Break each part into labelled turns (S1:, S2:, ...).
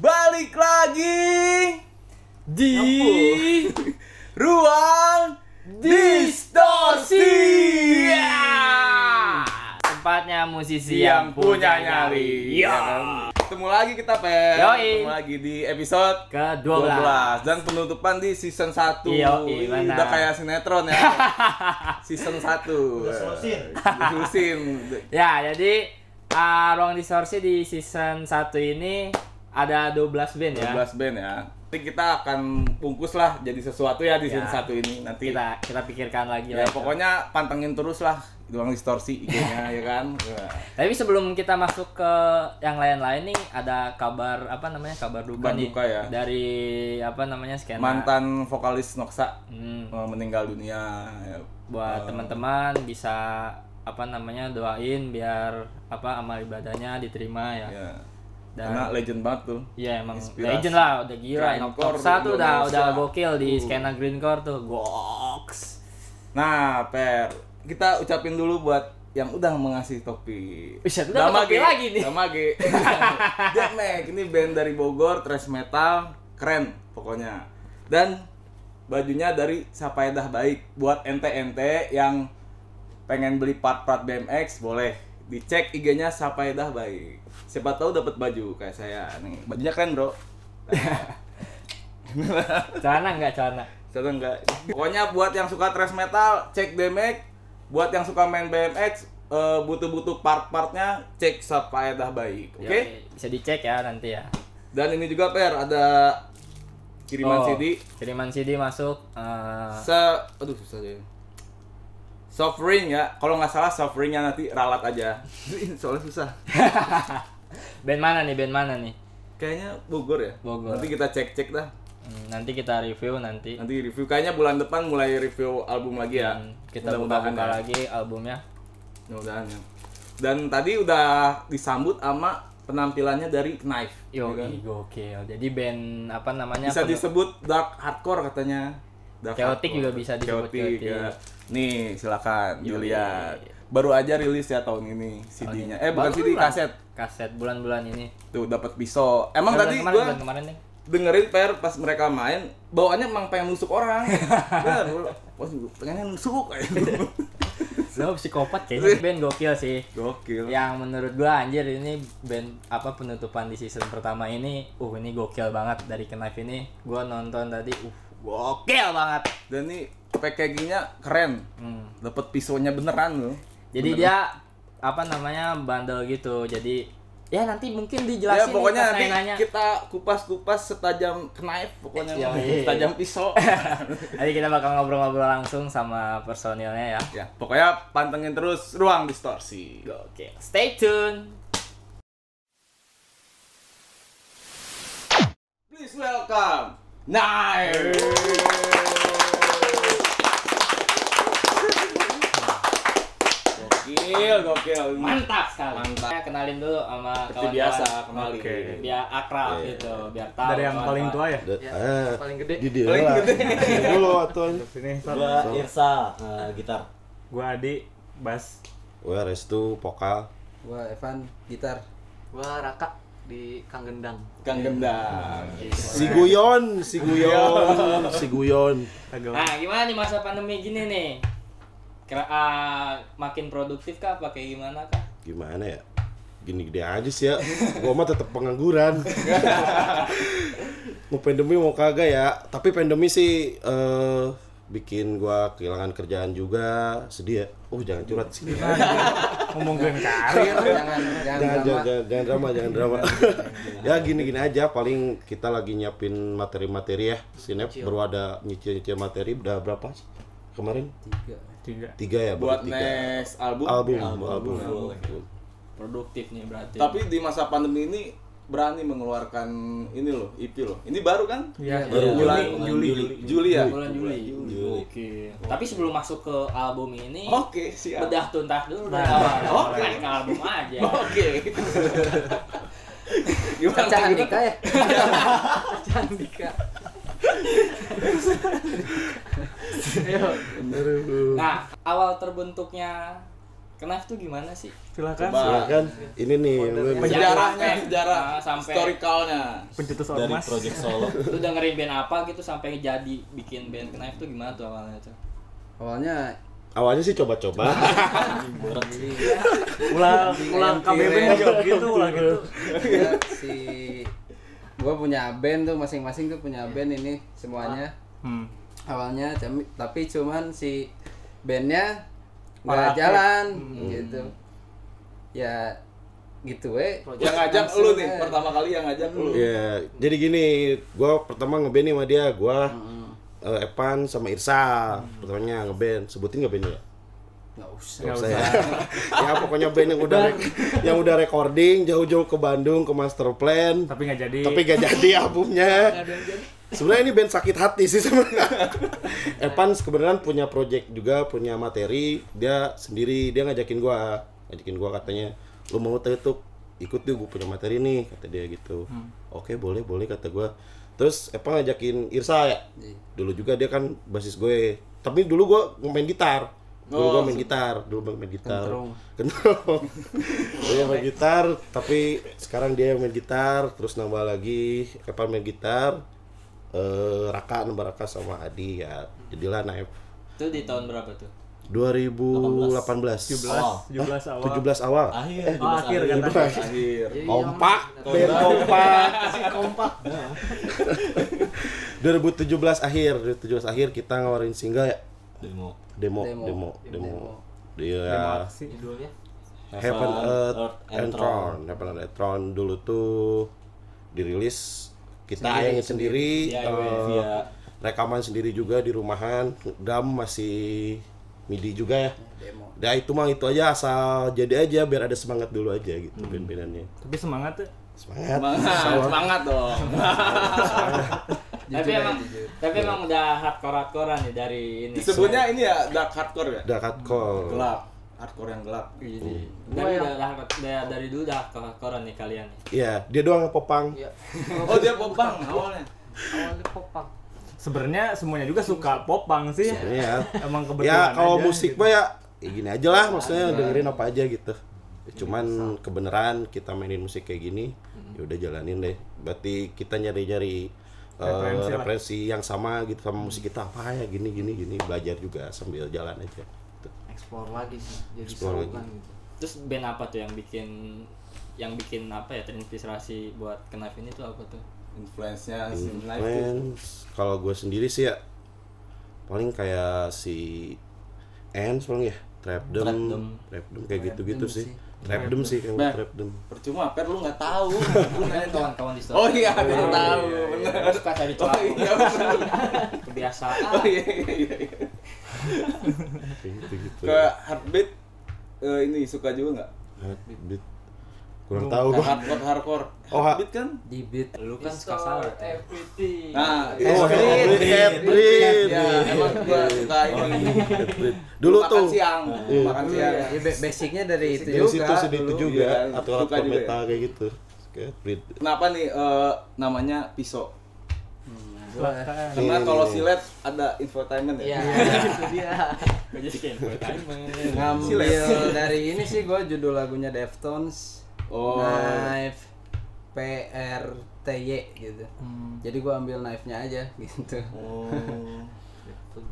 S1: balik lagi di ruang distorsi.
S2: Tempatnya musisi
S1: Iya. Yang
S2: yang,
S1: punya nyali. kan?
S2: Ya.
S1: Iya. Ketemu lagi kita Pep.
S2: Yoi.
S1: Ketemu lagi di episode
S2: Ke-12.
S1: 12 dan penutupan di season 1.
S2: Yoi, Iya, benar.
S1: Udah kayak sinetron ya. season 1. Udah
S3: selusin.
S1: selusin.
S2: Ya, jadi ah, Ruang Distorsi di season 1 ini ada 12 band ya.
S1: 12 band ya. Nanti kita akan bungkus lah jadi sesuatu ya di
S2: Ya.
S1: season 1 ini nanti.
S2: Kita kita pikirkan lagi
S1: Ya
S2: lah.
S1: pokoknya pantengin terus lah ruang distorsi IG-nya ya kan. Ya.
S2: Tapi sebelum kita masuk ke yang lain-lain nih ada kabar apa namanya? Kabar duka
S1: Kabar
S2: nih
S1: duka ya.
S2: dari apa namanya? skena.
S1: Mantan vokalis Noxa
S2: Hmm,
S1: eh, meninggal dunia. Ya,
S2: buat
S1: eh,
S2: teman-teman bisa apa namanya doain biar apa amal ibadahnya diterima ya.
S1: Ya. karena
S2: Dan
S1: legend banget tuh
S2: Iya emang
S1: Inspirasi.
S2: legend lah udah gila
S1: Grindcore
S2: top satu udah
S1: Indonesia.
S2: udah gokil di
S1: Uh.
S2: skena greencore tuh goks
S1: nah per kita ucapin dulu buat yang udah mengasih topi
S2: Wih, saya udah
S1: Damage.
S2: topi lagi nih.
S1: Damage. Damage. ini band dari Bogor thrash metal keren pokoknya dan bajunya dari Sapaedah Baik buat ente-ente yang pengen beli part-part BMX boleh dicek IG-nya Sapaedah Baik siapa tahu dapat baju kayak saya nih bajunya keren bro
S2: celana nggak celana
S1: Contoh enggak. Pokoknya buat yang suka thrash metal, cek BMX. Buat yang suka main BMX, eh, butuh-butuh part-partnya, cek Sapaedah baik. Oke?
S2: Yoi, bisa dicek ya nanti ya
S1: Dan ini juga Per, ada kiriman
S2: Oh,
S1: CD.
S2: kiriman CD masuk eh,
S1: Se... Aduh, susah deh. Soft ring ya, kalau nggak salah soft ringnya nanti ralat aja. Soalnya susah.
S2: band mana nih band mana nih
S1: Kayaknya Bogor ya.
S2: Bogor.
S1: Nanti kita cek-cek dah.
S2: Hmm, nanti kita review nanti
S1: Nanti review. Kayaknya bulan depan mulai review album lagi ya.
S2: Dan Hmm, kita
S1: Mudah-mudahan
S2: buka-buka
S1: ya.
S2: lagi albumnya
S1: Mudah-mudahan ya. Dan tadi udah disambut sama penampilannya dari Knife.
S2: Yo,
S1: ya kan?
S2: gokil. Jadi band apa namanya?
S1: Bisa
S2: penuh-
S1: disebut dark hardcore katanya. Dark
S2: Chaotic juga bisa disebut
S1: Chaotic,
S2: chaotic.
S1: ya. Nih, silakan
S2: Yoi.
S1: dilihat. Baru aja rilis ya tahun ini CD-nya. Eh, bukan
S2: Baru
S1: CD,
S2: lah.
S1: kaset.
S2: Kaset bulan-bulan ini.
S1: Tuh dapat pisau. Emang
S2: Eh, bulan
S1: Oh, tadi
S2: kemarin,
S1: gua
S2: bulan kemarin nih.
S1: dengerin per pas mereka main, bawaannya emang pengen nusuk orang. Bener, gua- Wah, pengennya nusuk.
S2: Lo psikopat kayaknya band gokil sih.
S1: Gokil.
S2: Yang menurut gua anjir ini band apa penutupan di season pertama ini, uh ini gokil banget dari Knife ini. Gua nonton tadi, uh gokil banget.
S1: Dan nih packagingnya keren.
S2: Hmm.
S1: Dapat pisaunya beneran loh.
S2: Jadi dia apa namanya bandel gitu. Jadi ya nanti
S1: ya
S2: mungkin dijelasin nih
S1: pokoknya
S2: pas
S1: nanti
S2: nanya-nanya.
S1: kita kupas-kupas setajam knife pokoknya
S2: Iya, iya.
S1: setajam pisau
S2: Nanti kita bakal ngobrol-ngobrol langsung sama personilnya ya.
S1: ya pokoknya pantengin terus ruang distorsi
S2: Gokil. Stay tune.
S1: please welcome knife gokil gokil
S2: Mantap sekali.
S1: Mantap.
S2: Saya kenalin dulu sama
S1: seperti
S2: kawan-kawan.
S1: biasa Iya. kembali
S3: Oke.
S2: Biar akrab gitu, biar tahu.
S3: dari yang paling tua ya
S4: Da- eh,
S2: paling gede.
S4: di dia lah.
S1: gitu.
S4: Dulu atau
S3: sini
S5: Gua Irsa eh, gitar.
S3: gue Adi bass
S4: Wah, restu vokal.
S6: Gua Evan gitar.
S7: Gua Raka di Kanggendang.
S1: kang gendang
S4: Si Guyon, si Guyon, si Guyon.
S3: agak
S2: Nah, gimana nih masa pandemi gini nih? Kira ah, makin produktif kah apa kayak gimana kah?
S4: Gimana ya? Gini gede aja sih ya. Gua mah tetap pengangguran. mau pandemi mau kagak ya. Tapi pandemi sih eh bikin gua kehilangan kerjaan juga sedih ya oh jangan curhat sih jangan
S3: ngomongin karir
S6: Karir jangan jangan
S4: jangan,
S6: sama.
S4: jangan, jangan drama jangan drama ya gini gini aja paling kita lagi nyiapin materi-materi ya sinep baru ada nyicil-nyicil materi udah berapa sih kemarin
S3: tiga
S4: tiga ya baru
S1: buat
S4: tiga.
S1: next album
S4: album album,
S2: Produktif nih berarti.
S1: tapi di masa pandemi ini berani mengeluarkan ini loh EP loh ini baru kan
S3: Iya.
S4: Baru
S1: bulan
S4: Juli.
S1: Juli Juli ya
S2: bulan Juli. Oke. Tapi sebelum masuk ke album ini,
S1: Oke, siap.
S2: bedah tuntas dulu dari awal. Oh,
S1: Oke.
S2: balik ke album aja.
S1: Oke. Oh, Gimana?
S6: Cacahan
S1: gimana?
S6: Dika ya. Cacahan Dika.
S2: Nah, awal terbentuknya Knife tuh gimana sih?
S3: silakan
S1: Coba.
S4: silakan ini nih lu-
S1: Sejarahnya,
S2: Sampai-
S1: sejarah
S2: Ah, sampai-
S1: historicalnya.
S3: pencetus
S5: Dari
S3: ormas
S5: project solo.
S2: lu dengerin band apa gitu sampai jadi bikin band Knife tuh gimana tuh awalnya tuh?
S6: Awalnya
S4: awalnya sih coba-coba
S3: ulang ulang
S6: Ayam
S3: KBB
S6: tiren.
S3: juga gitu ulang gitu
S6: ya, Iya, si gua punya band tuh masing-masing tuh punya band ini semuanya.
S3: hmm.
S6: Awalnya cami- tapi cuman si bandnya
S3: Para
S6: nggak
S3: atlet.
S6: jalan gitu. Ya gitu we.
S1: Yang ngajak lu nih, pertama kali yang ngajak lu.
S4: ya jadi gini gua pertama ngeband nih sama dia gua eh, Evan sama Irsa pertamanya ngeband sebutin nggak bandnya ya?
S6: Nggak usah.
S4: Nggak usah ya. ya pokoknya band yang udah yang udah recording jauh-jauh ke Bandung ke master plan
S3: tapi nggak jadi
S4: tapi gak jadi albumnya sebenarnya ini band sakit hati sih sebenarnya Evan kebenaran punya project juga punya materi dia sendiri dia ngajakin gua ngajakin gua katanya lu mau tutup ikut deh gue punya materi nih kata dia gitu oke boleh boleh kata gue terus Epa ngajakin Irsa ya dulu juga dia kan basis gue tapi dulu gue main gitar dulu
S2: Oh,
S4: gue main gitar dulu gua main gitar kentrong dia main gitar tapi sekarang dia yang main gitar terus nambah lagi Epa main gitar eh Raka nambah Raka sama Adi ya jadilah naik
S2: Itu di tahun berapa tuh?
S4: 2018 17
S3: 17 awal.
S4: 17 awal
S5: Akhir,
S3: Oh, akhir kan
S1: Akhir.
S4: kompak band kompak
S5: kompak.
S4: 2017 akhir 2017 akhir kita ngawarin single ya
S5: Demo.
S4: demo demo
S6: Demo.
S4: demo demo,
S3: Demo
S4: dia ya,
S3: aksi.
S7: judulnya
S4: Heaven Earth and
S5: and
S4: Throne Heaven Earth and Throne dulu tuh dirilis kita ayangin sendiri, eh,
S5: Via
S4: rekaman sendiri juga di rumahan drum masih midi juga ya
S6: Demo.
S4: Nah itu mah itu aja asal jadi aja biar ada semangat dulu aja gitu band-bandannya
S3: Tapi semangat ya. tuh.
S4: semangat Iya.
S1: Semangat, semangat dong.
S2: tapi emang tapi emang udah hardcore hardcorean nih dari ini.
S1: Disebutnya ini ya dark hardcore ya?
S4: udah call
S1: Gelap. Hardcore yang gelap.
S2: tapi
S1: ya?
S2: udah, udah- udah- dari dulu udah hardcore hardcorean nih kalian nih.
S4: Iya, dia doang yang popang.
S7: ya
S1: Oh dia popang awalnya.
S7: awalnya popang
S3: Sebenarnya semuanya juga suka popang sih.
S4: Iya.
S3: Emang
S4: Ya
S3: kebetulan.
S4: kalau
S3: aja,
S4: musik
S3: gitu. Iya,
S4: mah ya, ya gini aja lah maksudnya dengerin apa aja gitu. Cuman kebenaran kita mainin musik kayak gini,
S3: Hmm.
S4: ya udah jalanin deh. Berarti kita nyari-nyari eh,
S3: Referensi
S4: referensi,
S3: lah.
S4: yang sama gitu sama musik kita apa ya gini gini gini belajar juga sambil jalan aja. Gitu.
S7: explore lagi sih jadi
S4: Explore
S3: kan.
S7: seruan
S4: lagi.
S7: gitu
S2: Terus band apa tuh yang bikin yang bikin apa ya terinspirasi buat kenaf ini tuh apa tuh?
S1: Influence-nya Influence.
S4: Influence. Kalau gue sendiri sih ya paling kayak si Ants paling ya Trapdom, Trapdom, kayak gitu-gitu sih. Trapdom sih kayak
S1: Nah.
S4: Trapdom.
S1: Percuma, per lu nggak tahu. Lu nanya
S2: Kan kawan-kawan di
S1: Oh
S2: store.
S1: iya, aku tahu. Bener.
S2: Terus suka cari
S1: Oh
S2: celah.
S1: iya,
S2: Kebiasaan.
S1: oh iya, iya, iya, iya.
S4: Kayak gitu-gitu. ya.
S1: Ke heartbeat eh, ini suka juga nggak?
S4: Heartbeat. Kurang tahu
S1: Nah,
S4: gua.
S1: hardcore hardcore.
S4: Oh, ha-
S1: Heartbeat kan?
S2: Di beat lu kan suka salah.
S7: everything
S1: Nah, itu
S4: Oh,
S1: heartbeat.
S4: Heartbeat.
S1: Ya, emang gua suka ini.
S4: Heartbeat. Dulu
S1: makan
S4: tuh
S1: siang, makan
S6: Dulu
S1: siang.
S6: ya, ya, ba- basicnya dari itu
S4: dari
S6: juga.
S4: situ sih itu
S1: dulu.
S4: juga
S1: Iya,
S4: atau
S1: suka juga
S4: hardcore
S1: ya.
S4: metal kayak gitu. Heartbeat.
S1: Kenapa nih eh, namanya pisau?
S3: Kecelakaan.
S1: Karena kalau silet ada infotainment
S7: ya
S1: ya.
S7: itu dia
S2: Gua jadi kayak infotainment.
S1: Silet.
S6: Ngambil dari ini sih gue judul lagunya Deftones.
S1: Oh.
S6: Knife P R T Y gitu.
S7: Hmm.
S6: Jadi gue ambil knife-nya aja gitu.
S1: Oh.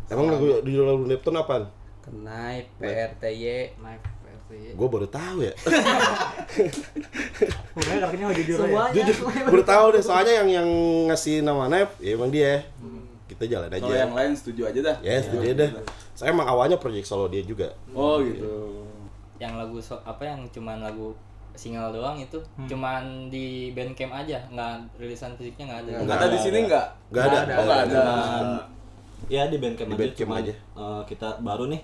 S4: Emang lagu di lagu Neptune
S1: Eh.
S4: apaan?
S6: Knife P R T Y.
S7: naik everything
S4: Gua baru tahu ya.
S3: Pokoknya kakinya udah jujur ya.
S7: semuanya
S4: Jujur baru tahu deh soalnya yang yang ngasih nama Nep ya emang dia. Kita jalan
S1: Hmm. Kalau
S4: aja.
S1: yang lain setuju aja dah.
S4: Yes, Ya, itu dia dah. Saya emang awalnya project solo dia juga.
S1: Oh gitu.
S2: yang lagu so, apa yang cuman lagu single doang itu cuman di bandcamp aja nggak rilisan fisiknya nggak ada
S4: Nggak
S1: Ada di
S4: ada.
S1: sini nggak?
S4: Gak ada.
S1: Oh nggak ada.
S5: Ya di Bandcamp
S4: Di
S5: aja,
S4: Bandcamp
S5: cuman,
S4: aja.
S5: eh, kita baru nih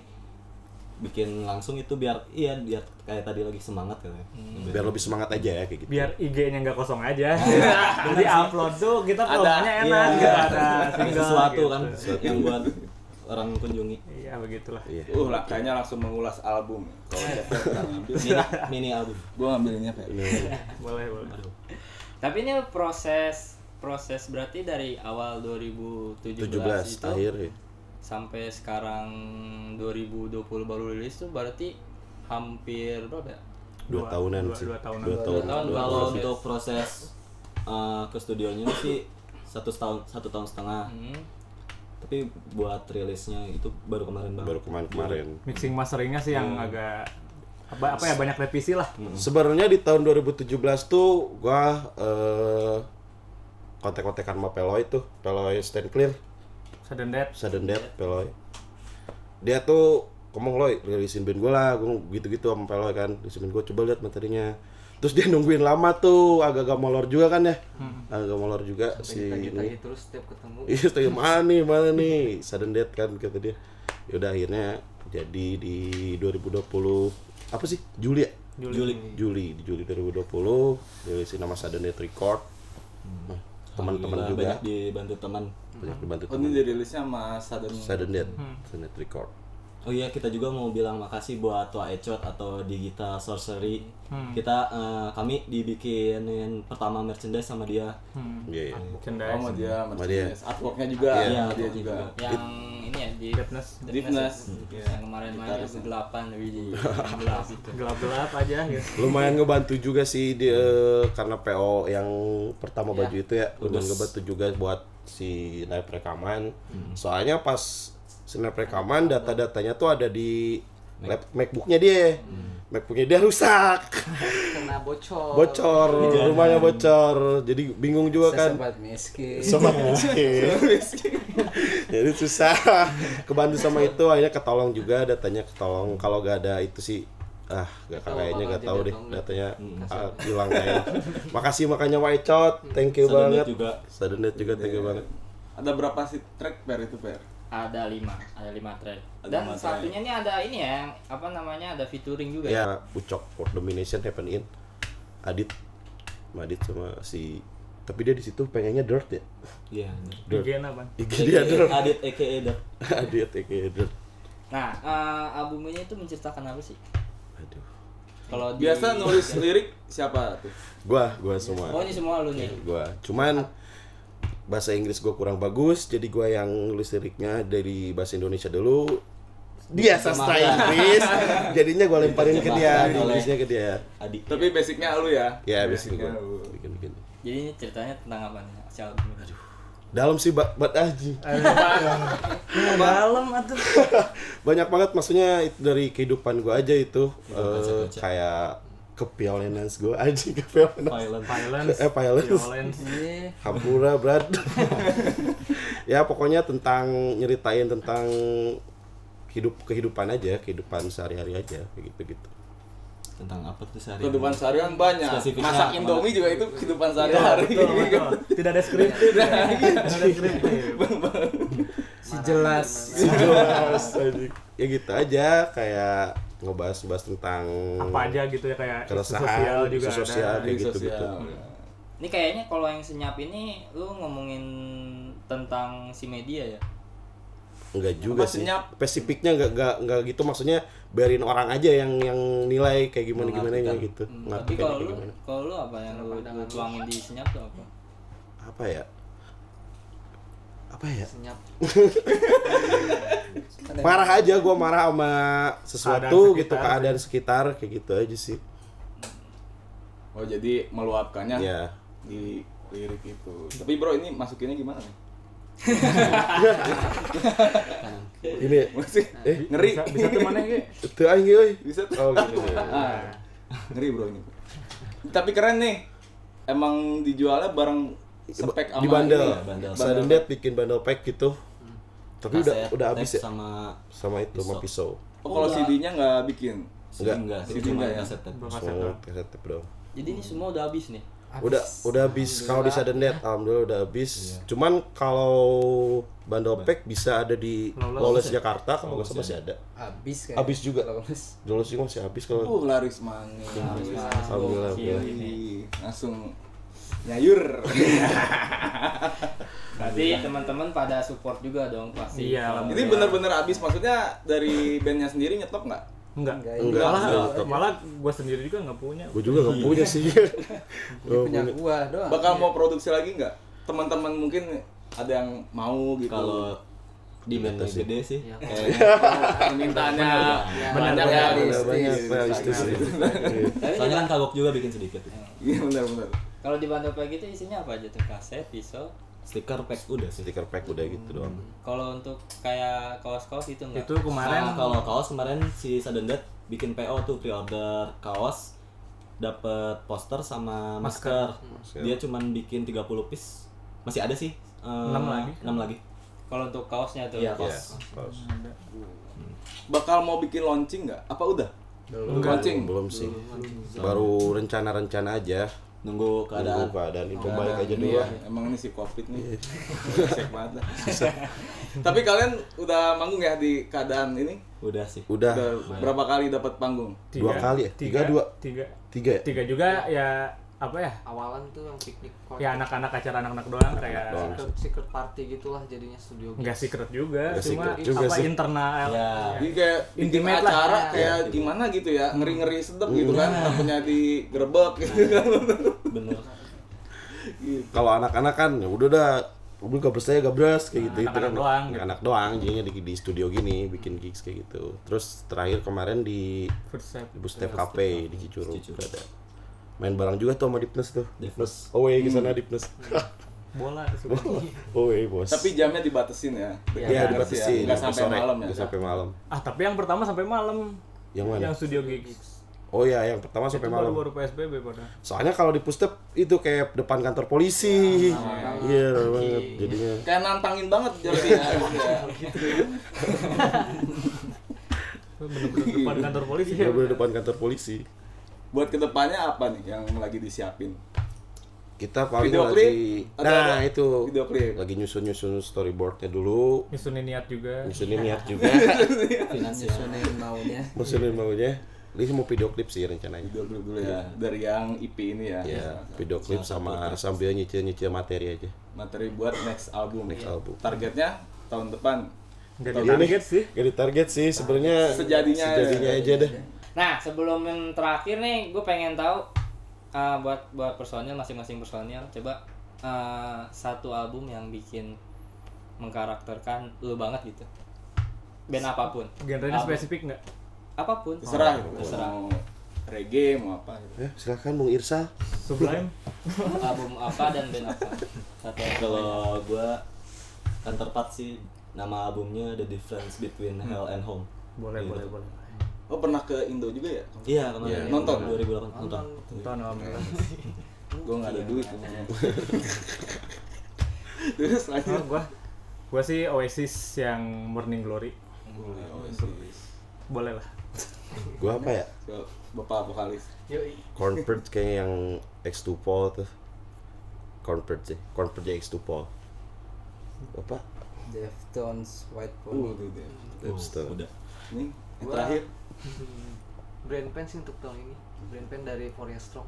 S5: bikin langsung itu biar iya biar kayak tadi lagi semangat katanya.
S3: Hmm.
S4: Biar lebih semangat aja ya kayak gitu.
S3: biar IG-nya nggak kosong aja. Jadi upload tuh kita promonya
S5: Iya,
S3: enak gitu ada
S5: ada
S3: single
S5: sesuatu
S3: gitu.
S5: kan yang buat orang kunjungi.
S3: Iya begitulah.
S1: Uh, lah, kayaknya langsung mengulas album. Kalau Jeff nggak ngambil,
S5: Mini, mini album.
S1: gue ngambilinnya kayak.
S3: Boleh boleh.
S2: tapi ini proses proses berarti dari awal 2017
S4: 17
S2: itu
S4: akhir ya.
S2: sampai sekarang 2020 baru rilis tuh berarti hampir berapa ya?
S4: Dua
S3: Dua-
S4: tahunan
S3: dua-
S4: sih.
S3: dua tahunan.
S4: Dua
S3: Dua
S4: tahun.
S2: tahun.
S4: Dua
S5: Kalau
S4: tahun.
S5: untuk proses eh, ke studionya sih satu tahun satu tahun setengah.
S2: Hmm.
S5: Tapi buat rilisnya itu baru kemarin banget. Iya,
S4: Baru kemarin-kemarin.
S3: Mixing masteringnya sih yang agak apa apa ya banyak revisi lah.
S4: Sebenarnya di tahun 2017 tuh gua eh, kontek-kontekan sama Peloy tuh, Peloy Stand Clear,
S3: Sudden Death.
S4: Sudden
S3: Iya.
S4: Death Peloy. Dia tuh ngomong Loy, rilisin band gua lah, gua gitu-gitu sama Peloy kan, rilisin band gua coba lihat materinya. Terus dia nungguin lama tuh, agak-agak molor juga kan ya, agak molor juga si
S3: ya.
S4: ini.
S7: ditagih terus setiap ketemu
S4: Iya, tanya mana nih, mana nih? Sudden death kan kata dia. Yaudah akhirnya jadi di 2020 apa sih? Juli ya?
S5: Juli.
S4: Juli, di Juli 2020 rilisin nama Sudden Death Record. Nah, teman-teman
S5: Hmm. Alhamdulillah,
S4: juga
S5: banyak Hmm. dibantu teman.
S4: banyak dibantu
S1: Oh ini
S4: teman.
S1: dirilisnya sama Sudden.
S4: Sudden Death, Sudden Death Record.
S5: Oh iya kita juga mau bilang makasih buat Tua Ecot atau Digital Sorcery. Kita eh, kami dibikinin pertama merchandise sama dia.
S4: Iya, iya.
S3: Cendai.
S1: sama dia
S4: Sama dia.
S1: merchandise artworknya juga
S4: Iya.
S1: sama dia
S5: artworknya
S1: juga
S5: juga.
S2: yang ini ya di
S3: Deepness.
S1: Deepness.
S2: ya. yang kemarin main
S1: Gitaris.
S2: kegelapan Widi gelap itu
S3: Gelap-gelap aja gitu.
S4: lumayan ngebantu juga sih dia karena PO yang pertama baju itu ya udah ngebantu juga buat si live rekaman soalnya pas snap rekaman data-datanya tuh ada di lab MacBooknya dia MacBooknya dia rusak
S7: kena bocor
S4: bocor rumahnya bocor jadi bingung juga
S6: Saya
S4: kan
S6: sempat miskin.
S4: sobat miskin jadi susah kebantu sama itu akhirnya ketolong juga datanya ketolong kalau gak ada itu sih ah gak
S7: Tahu
S4: kayaknya
S7: bakal
S4: gak tahu
S7: jadi
S4: deh
S7: atau enggak.
S4: datanya ah, hilang kayaknya makasih makanya Waicot thank you
S5: Sadonet
S4: banget
S5: juga.
S4: Sadonet juga thank you banget
S1: ada berapa sih track per itu per
S2: ada lima ada lima track
S1: Ada
S2: dan
S1: lima track. Iya.
S2: satunya ini ada ini ya yang apa namanya ada featuring juga ya
S4: ya Ucok for Domination Happen In Adit Sama Adit sama si tapi dia di situ pengennya dirt ya
S5: Iya.
S3: Bikin apa?
S4: IG dia
S5: AKA
S4: dirt
S5: Adit AKA Dap.
S4: Adit IG dirt
S2: nah eh, album ini itu menceritakan apa sih
S4: aduh
S2: kalau di-
S1: biasa nulis lirik siapa tuh
S4: gua gua semua
S2: oh ini semua lu nih
S4: gua cuman bahasa Inggris gua kurang bagus jadi gua yang nulis liriknya dari bahasa Indonesia dulu dia sastra Inggris jadinya gua lemparin ke dia di Inggrisnya ke dia
S5: Adi.
S1: tapi basicnya lu ya
S3: Iya,
S4: ya basic gua bikin bikin
S2: jadi ini ceritanya tentang apa nih si album ini
S4: dalam sih bat bat aji
S2: dalam atau
S4: banyak banget maksudnya itu dari kehidupan gua aja itu
S3: Iya,
S5: Kehidupan
S4: Eh,
S5: sekucek.
S4: kayak kepialenans gua aja kepialenans
S5: Violent.
S3: Violence.
S4: Eh, violence.
S3: Violence.
S2: Iya.
S4: Hampura berat. ya pokoknya tentang nyeritain tentang hidup kehidupan aja, kehidupan sehari-hari aja kayak gitu-gitu.
S5: Tentang apa tuh sehari?
S1: kehidupan seharian banyak
S5: Spesifiknya
S1: masak
S5: mana?
S1: indomie juga itu kehidupan sehari-hari
S3: Betul, betul. Tidak ada skriptif. ya. Tidak ada skriptif.
S6: Si jelas.
S4: Jelas, anjing. ya gitu aja kayak ngebahas-bahas tentang
S3: Apa aja gitu ya kayak isu
S4: keresahan,
S3: sosial juga
S4: isu sosial
S3: ada.
S4: kayak
S1: Media
S4: gitu-gitu.
S1: sosial.
S2: ini kayaknya kalau yang senyap ini lu ngomongin tentang si media ya iya.
S4: Enggak juga
S1: Apa,
S4: sih.
S1: senyap?
S4: Spesifiknya enggak enggak enggak gitu maksudnya biarin orang aja yang yang nilai kayak gimana gimana
S5: Mengartikan.
S4: gitu.
S2: Hmm, tapi
S4: Ngerti kayak
S2: kalau lu
S4: gimana.
S2: kalau lu apa yang lu, lu tuangin di senyap tuh apa
S4: Apa ya? Apa ya?
S7: senyap
S4: marah aja gue marah sama sesuatu
S3: Keadaan
S4: gitu
S3: sekitar.
S4: keadaan sekitar kayak gitu aja sih
S1: oh jadi meluapkannya
S4: ya
S1: di lirik itu tapi bro ini masukinnya gimana nih
S4: ini
S1: masih
S4: eh
S1: ngeri
S3: Bisa, bisa tuh mana ya?
S4: itu aing euy
S1: Bisa tuh.
S4: oh gitu ya.
S1: Ah, ngeri bro ini tapi keren nih emang dijualnya bareng spek sama
S4: di bandel
S1: ini ya,
S5: bandel.
S4: sudden death bikin bandel pack gitu tapi udah
S5: Kaset,
S4: udah habis ya
S5: tape Sama
S4: sama itu sama pisau
S1: oh, kalau CD-nya nggak bikin
S5: Enggak, enggak,
S1: CD
S5: cuma
S1: enggak ya?
S5: kaset tape.
S3: Belum kaset
S4: semua
S3: doang.
S4: kaset tape doang
S2: jadi ini semua udah habis nih
S4: udah udah habis kalau di sudden death alhamdulillah udah habis cuman kalau bandel pack bisa ada di Lawless Jakarta kalau nggak salah masih ada
S6: Abis kayak.
S4: habis juga
S6: Lawless.
S4: Lawless juga masih habis kalau
S1: uh laris manis iya.
S4: alhamdulillah
S2: Iya,
S4: alhamdulillah.
S1: Wih, langsung nyayur
S2: berarti teman-teman pada support juga dong pasti
S3: Iya, lah.
S1: ini bener-bener abis maksudnya dari bandnya sendiri nyetop nggak
S3: Enggak.
S4: enggak Iya.
S3: Malah
S4: tetap.
S3: malah gua sendiri juga nggak punya.
S4: Gue juga gak punya sih.
S6: Ini punya gua doang.
S1: bakal mau produksi lagi nggak teman-teman mungkin ada yang mau gitu
S5: Kalau di band
S4: ya?
S5: yang gede sih.
S7: Iya.
S5: Kayak
S1: permintaannya
S6: Benar,
S1: banyak
S6: benar.
S1: ya
S6: Realistis.
S4: Banyak Nah, realistis.
S2: Tapi di-
S5: soalnya kan kagok juga bikin sedikit.
S1: iya benar-benar
S2: kalau di bandel kayak gitu isinya apa aja tuh kaset pisau
S5: Stiker pack udah sih.
S4: Stiker pack udah gitu doang.
S2: kalau untuk kayak kaos-kaos gitu itu enggak
S3: Itu kemarin
S5: Nah, kalau kaos kemarin si Sudden Death bikin PO tuh pre-order kaos dapat poster sama masker. Dia cuman bikin 30 piece. Masih ada sih. eh, enam
S3: lagi.
S5: 6 lagi.
S2: kalau untuk kaosnya tuh
S4: Ya,
S5: Iya, kaos.
S4: paus.
S1: bakal mau bikin launching nggak apa udah launching
S4: Belum sih. Baru rencana-rencana aja.
S5: Nunggu keadaan.
S4: Nunggu keadaan info baik aja dulu
S1: Iya,
S4: lah.
S1: emang ini si covid nih Cek banget lah. tapi kalian udah manggung ya di keadaan ini
S5: Udah sih.
S4: Udah
S1: udah berapa kali dapat panggung
S4: dua kali ya? Tiga, dua.
S3: tiga
S4: tiga ya?
S3: tiga juga ya apa ya?
S7: awalan tuh yang piknik kok
S3: Ya anak-anak acara anak-anak doang kayak
S4: doang.
S7: secret, secret party gitulah jadinya studio
S3: nggak secret juga,
S4: Nggak
S3: cuma
S4: secret juga
S3: apa
S4: sih.
S3: internal.
S5: Ya.
S1: Jadi kayak bikin
S3: Intimate lah. iya.
S1: acara
S7: Ya,
S1: kayak gimana gitu ya, ngeri-ngeri sedep gitu kan, takutnya digerebek gitu kan.
S5: bener
S1: Iya.
S4: Kalau anak-anak kan ya udah dah Gue gak percaya gak beras kayak gitu itu
S3: anak-anak
S4: kan
S3: doang,
S4: Ya,
S3: gitu.
S4: anak doang jadinya di, di studio gini bikin gigs kayak gitu terus terakhir kemarin di
S3: First step.
S4: di Bustep Cafe di Cicurug
S5: Cicurug.
S4: ada main bareng juga tuh sama Dipnus tuh
S5: Dipnus.
S4: away ke sana Dipnus
S3: Bola.
S4: away bos
S1: Tapi jamnya dibatesin ya.
S4: ya dibatasin
S1: Enggak
S4: sampai
S1: sampai
S4: sore,
S1: malam ya.
S4: nggak sampai malam
S3: ah tapi yang pertama sampai malam.
S4: yang mana
S3: Yang studio gigs.
S4: oh ya yang pertama sampai
S3: Itu
S4: malam
S3: baru baru PSBB pada.
S4: Soalnya kalau di Pustep itu kayak depan kantor polisi. Iya banget jadinya.
S1: Kayak nantangin banget jamnya.
S4: Iya.
S1: ya.
S3: Bener-bener depan kantor polisi ya.
S4: Iya. Bener-bener depan kantor polisi.
S1: Buat kedepannya apa nih yang lagi disiapin?
S4: Kita paling
S1: Video
S4: lagi
S1: klip? Atau
S4: Nah,
S1: ada
S4: itu.
S1: video klip?
S4: Lagi nyusun-nyusun storyboardnya dulu.
S3: Nyusunin niat juga.
S4: Nyusunin niat juga.
S5: finansial
S6: maunya
S4: Nyusunin maunya. Ini mau video klip sih rencananya.
S1: Video klip dulu
S4: Iya.
S1: ya, dari yang IP ini ya.
S4: Ya, video klip sama sambil nyicil-nyicil materi aja.
S1: Materi buat next album.
S4: Next album.
S1: Targetnya tahun depan.
S3: Nggak
S1: Tahun
S4: Jadi
S3: Target sih.
S4: Gak ditarget sih sebenarnya.
S1: Sejadinya.
S4: Sejadinya aja deh.
S2: Nah, sebelum yang terakhir nih, gue pengen tahu ah, buat buat personil masing-masing personil, coba ah, satu album yang bikin mengkarakterkan lu banget gitu. Band apapun.
S3: Genrenya
S2: Album.
S3: spesifik nggak?
S2: Apapun.
S1: Terserah,
S4: Iya.
S1: gitu.
S2: Terserah.
S1: mau reggae mau apa gitu.
S4: Ya, silakan Bung Irsa.
S3: Sublime.
S2: Album apa dan band apa? Satu.
S5: kalau gua counterpart sih nama albumnya The Difference Between Hell and Home
S3: Boleh,
S4: Iya.
S5: Gitu.
S3: boleh, boleh.
S1: Oh pernah ke Indo juga ya?
S5: iya kemarin
S1: Iya. Nonton?
S5: 2008 nonton
S3: Tonton alhamdulillah.
S1: Gue nggak ada
S3: Iya.
S1: duit. emang. Terus
S3: Oh,
S1: lanjut.
S3: gua gua sih Oasis yang Morning Glory.
S4: Oh, iya,
S3: Boleh lah.
S4: Gua apa ya?
S1: So, Bapak vokalis.
S4: Convert kayak yang X2 Paul tuh. Convert sih. Convert X2 Paul. Apa?
S6: Deftones White
S1: Uh,
S4: Oh,
S6: Pony
S1: tuh
S4: iya,
S1: deh.
S4: Dubstep.
S5: udah
S1: Nih, yang terakhir.
S7: brand pen sih untuk tahun ini brand pen dari Korea Strong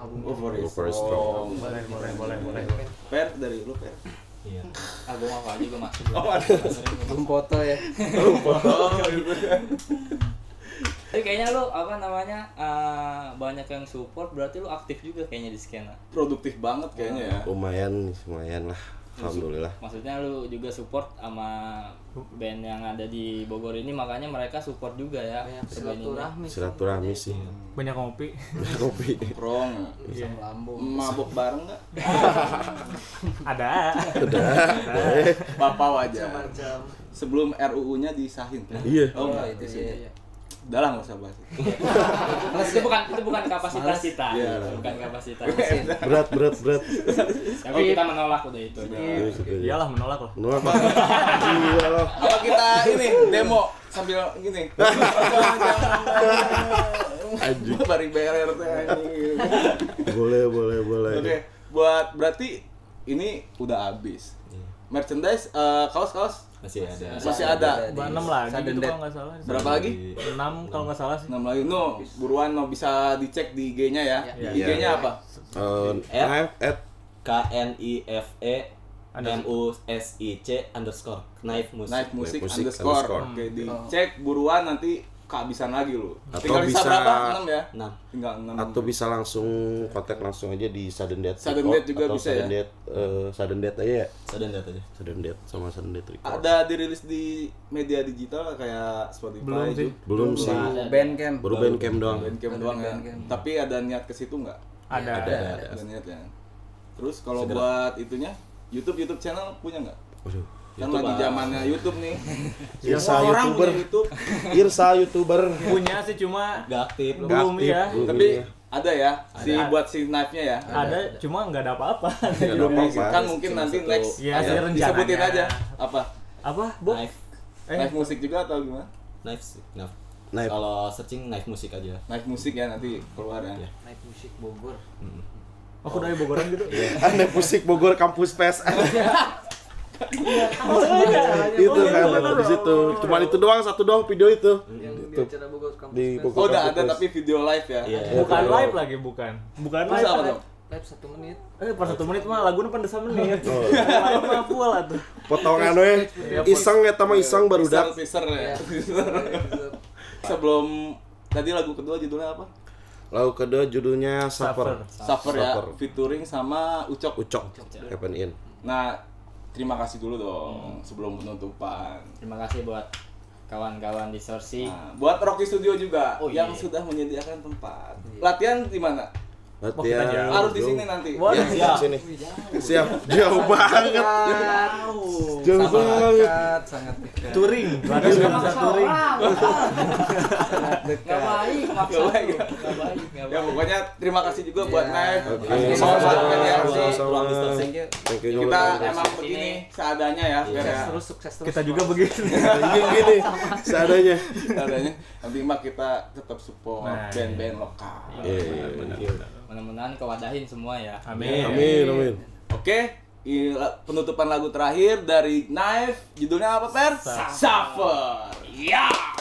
S7: album
S1: Oh, for
S4: Oh, for
S1: Strong.
S4: Strong.
S3: Boleh, boleh, boleh, boleh.
S1: Per dari lu per.
S5: iya
S2: Album apa aja gue masuk.
S6: belum foto ya
S2: Tapi kayaknya lu apa namanya ah, banyak yang support, berarti lu aktif juga kayaknya di skena.
S1: Produktif banget kayaknya ya.
S4: lumayan lumayan lah alhamdulillah
S2: maksudnya lu juga support sama band yang ada di Bogor ini makanya mereka support juga ya
S7: banyak
S2: ke band ini.
S7: silaturahmi sih.
S4: silaturahmi sih
S3: Banyak kopi.
S4: kopi
S1: Strong.
S3: Iya.
S6: lambung
S1: Mabok bareng nggak?
S3: Ada.
S1: Bapak wajah.
S7: macam
S1: Sebelum RUU-nya disahin.
S4: Iya.
S1: Oh, enggak, itu sih.
S6: iya.
S1: Udah lah nggak usah bahas.
S2: itu bukan itu bukan kapasitas kita
S1: Iya.
S2: bukan kapasitas
S4: berat berat berat
S2: tapi kita menolak udah itu
S4: Iya, gitu aja.
S3: Iyalah menolak lah.
S4: Nuh, apa? Gila loh.
S1: Apa kita ini demo sambil gini?
S4: Anjing.
S1: Bari berer teh anjing.
S4: boleh boleh boleh Eh,
S1: Oke, buat berarti ini udah habis.
S5: Iya.
S1: Merchandise eh, kaos-kaos
S5: masih ada
S4: Iya.
S1: masih ada.
S6: Ada di
S3: Enam lagi
S6: sudden
S3: gitu
S6: death.
S3: kalau nggak salah.
S1: Berapa lagi?
S3: Enam kalau nggak salah sih.
S1: 6 lagi. No, buruan no bisa dicek di IG-nya ya.
S7: Iya.
S1: IG-nya apa?
S4: Eh,
S5: F.
S4: F, at
S5: K N I F E M U S I C underscore knife music
S1: Night Music,
S4: Music
S1: underscore.
S4: underscore.
S1: Oke,
S3: Hmm.
S1: dicek buruan nanti kehabisan lagi lu.
S4: Atau
S1: Tinggal bisa
S4: bisa-
S1: berapa? 6 ya?
S5: enam
S1: Tinggal 6.
S4: atau bisa langsung kontak langsung aja di sudden death
S1: Sudden
S4: Record
S1: Death juga
S4: atau
S1: bisa
S4: sudden
S1: ya?
S4: death eh, sudden death aja ya
S5: sedang data aja
S4: sudden death sama sudden death record
S1: ada dirilis di media digital kayak Spotify
S3: Belum sih.
S1: Ju-
S4: belum sih
S6: Bandcamp
S4: baru bandcamp doang
S1: Bandcamp doang ya. Tapi ada niat ke situ nggak?
S3: Ada.
S1: Ada, ada, niat ya. Terus kalau buat itunya YouTube YouTube channel punya nggak?
S4: Waduh.
S1: Kan lagi zamannya YouTube nih.
S4: Irsa
S1: Semua orang
S4: youtuber
S1: punya YouTube.
S4: Irsa youtuber
S3: Punya sih cuma
S5: nggak aktif loh
S3: belum
S4: aktif,
S3: ya.
S4: belum
S1: Tapi
S4: ya.
S1: ada ya si buat si knife-nya ya.
S3: Ada cuma nggak ada apa-apa.
S4: Nggak ada apa-apa.
S1: Kan mungkin nanti
S5: satu-
S1: next
S3: Iya,
S1: ada.
S3: sih, rencananya.
S1: disebutin aja apa?
S3: Apa? Bob?
S5: knife
S3: Eh.
S1: Knife musik juga atau gimana?
S5: knife sih knife
S4: Knife.
S5: kalau searching knife musik aja
S1: Knife musik ya nanti keluar ya.
S5: Iya.
S7: naik musik Bogor
S3: Aku dari Bogoran gitu.
S4: Anda musik Bogor kampus PES
S3: iya,
S4: itu kan di situ. Cuman itu doang satu doang video itu.
S7: yang di
S4: Tuh.
S7: acara Bogor Campus
S4: Di
S7: Fest.
S4: Bogor.
S1: Oh, udah
S4: Bukan
S1: ada
S4: kampus.
S1: tapi video live ya.
S5: Iya.
S3: Bukan live lagi bukan. Bukan
S1: Terus
S3: live.
S1: apa dong?
S7: live satu menit
S3: Eh, per satu menit mah lagu pada satu menit.
S4: Oh.
S3: Live mah full atuh.
S4: Potongan we. anu ya. Iseng eta mah iseng baru dak.
S1: Teaser, teaser ya.
S3: Iya.
S7: ya
S1: Sebelum tadi lagu kedua judulnya apa?
S4: Lalu kedua judulnya Suffer.
S1: Suffer ya,
S4: Suffer.
S1: featuring sama Ucok.
S4: Ucok. Happen in.
S1: Nah, terima kasih dulu dong
S2: Hmm.
S1: sebelum penutupan.
S2: Terima kasih buat kawan-kawan di Sorsi.
S1: Nah, buat Rocky Studio juga
S2: Oh,
S1: yang
S2: iya.
S1: sudah menyediakan tempat. Latihan di mana?
S4: Latihan.
S1: Harus di
S4: dong.
S1: sini nanti. Iya.
S3: Wah.
S4: Ya,
S3: Siap.
S4: sini. Siap. Jauh banget. Jauh banget.
S6: Sangat, sangat dekat.
S3: Touring. Latihan sudah bisa touring.
S6: Sangat
S2: Nggak
S6: dekat.
S2: baik, maksa
S1: Nggak
S2: lu.
S1: baik.
S2: Nggak baik, nggak
S1: Ya
S2: baik.
S1: pokoknya terima kasih juga buat
S6: Iya.
S1: Naif.
S4: Oke.
S1: Sama-sama Ferdiansi.
S4: Sama-sama.
S6: Ruang Distorsi. Thank you.
S4: Thank you.
S1: Kita
S4: Nyolo.
S1: emang begini seadanya ya, Fer
S2: Iya.
S1: ya.
S7: sukses terus sukses terus
S3: Kita juga begitu.
S4: Anjing gini. Seadanya.
S1: Seadanya. Nanti mah kita tetap support
S3: Nah, iya.
S1: band-band lokal.
S4: Iya, iya, iya.
S2: Mudah-mudahan kewadahin semua ya.
S3: Amin.
S4: Amin, amin.
S1: Oke, i- la- penutupan lagu terakhir dari Knife. Judulnya apa, Fer? Suffer. Ya.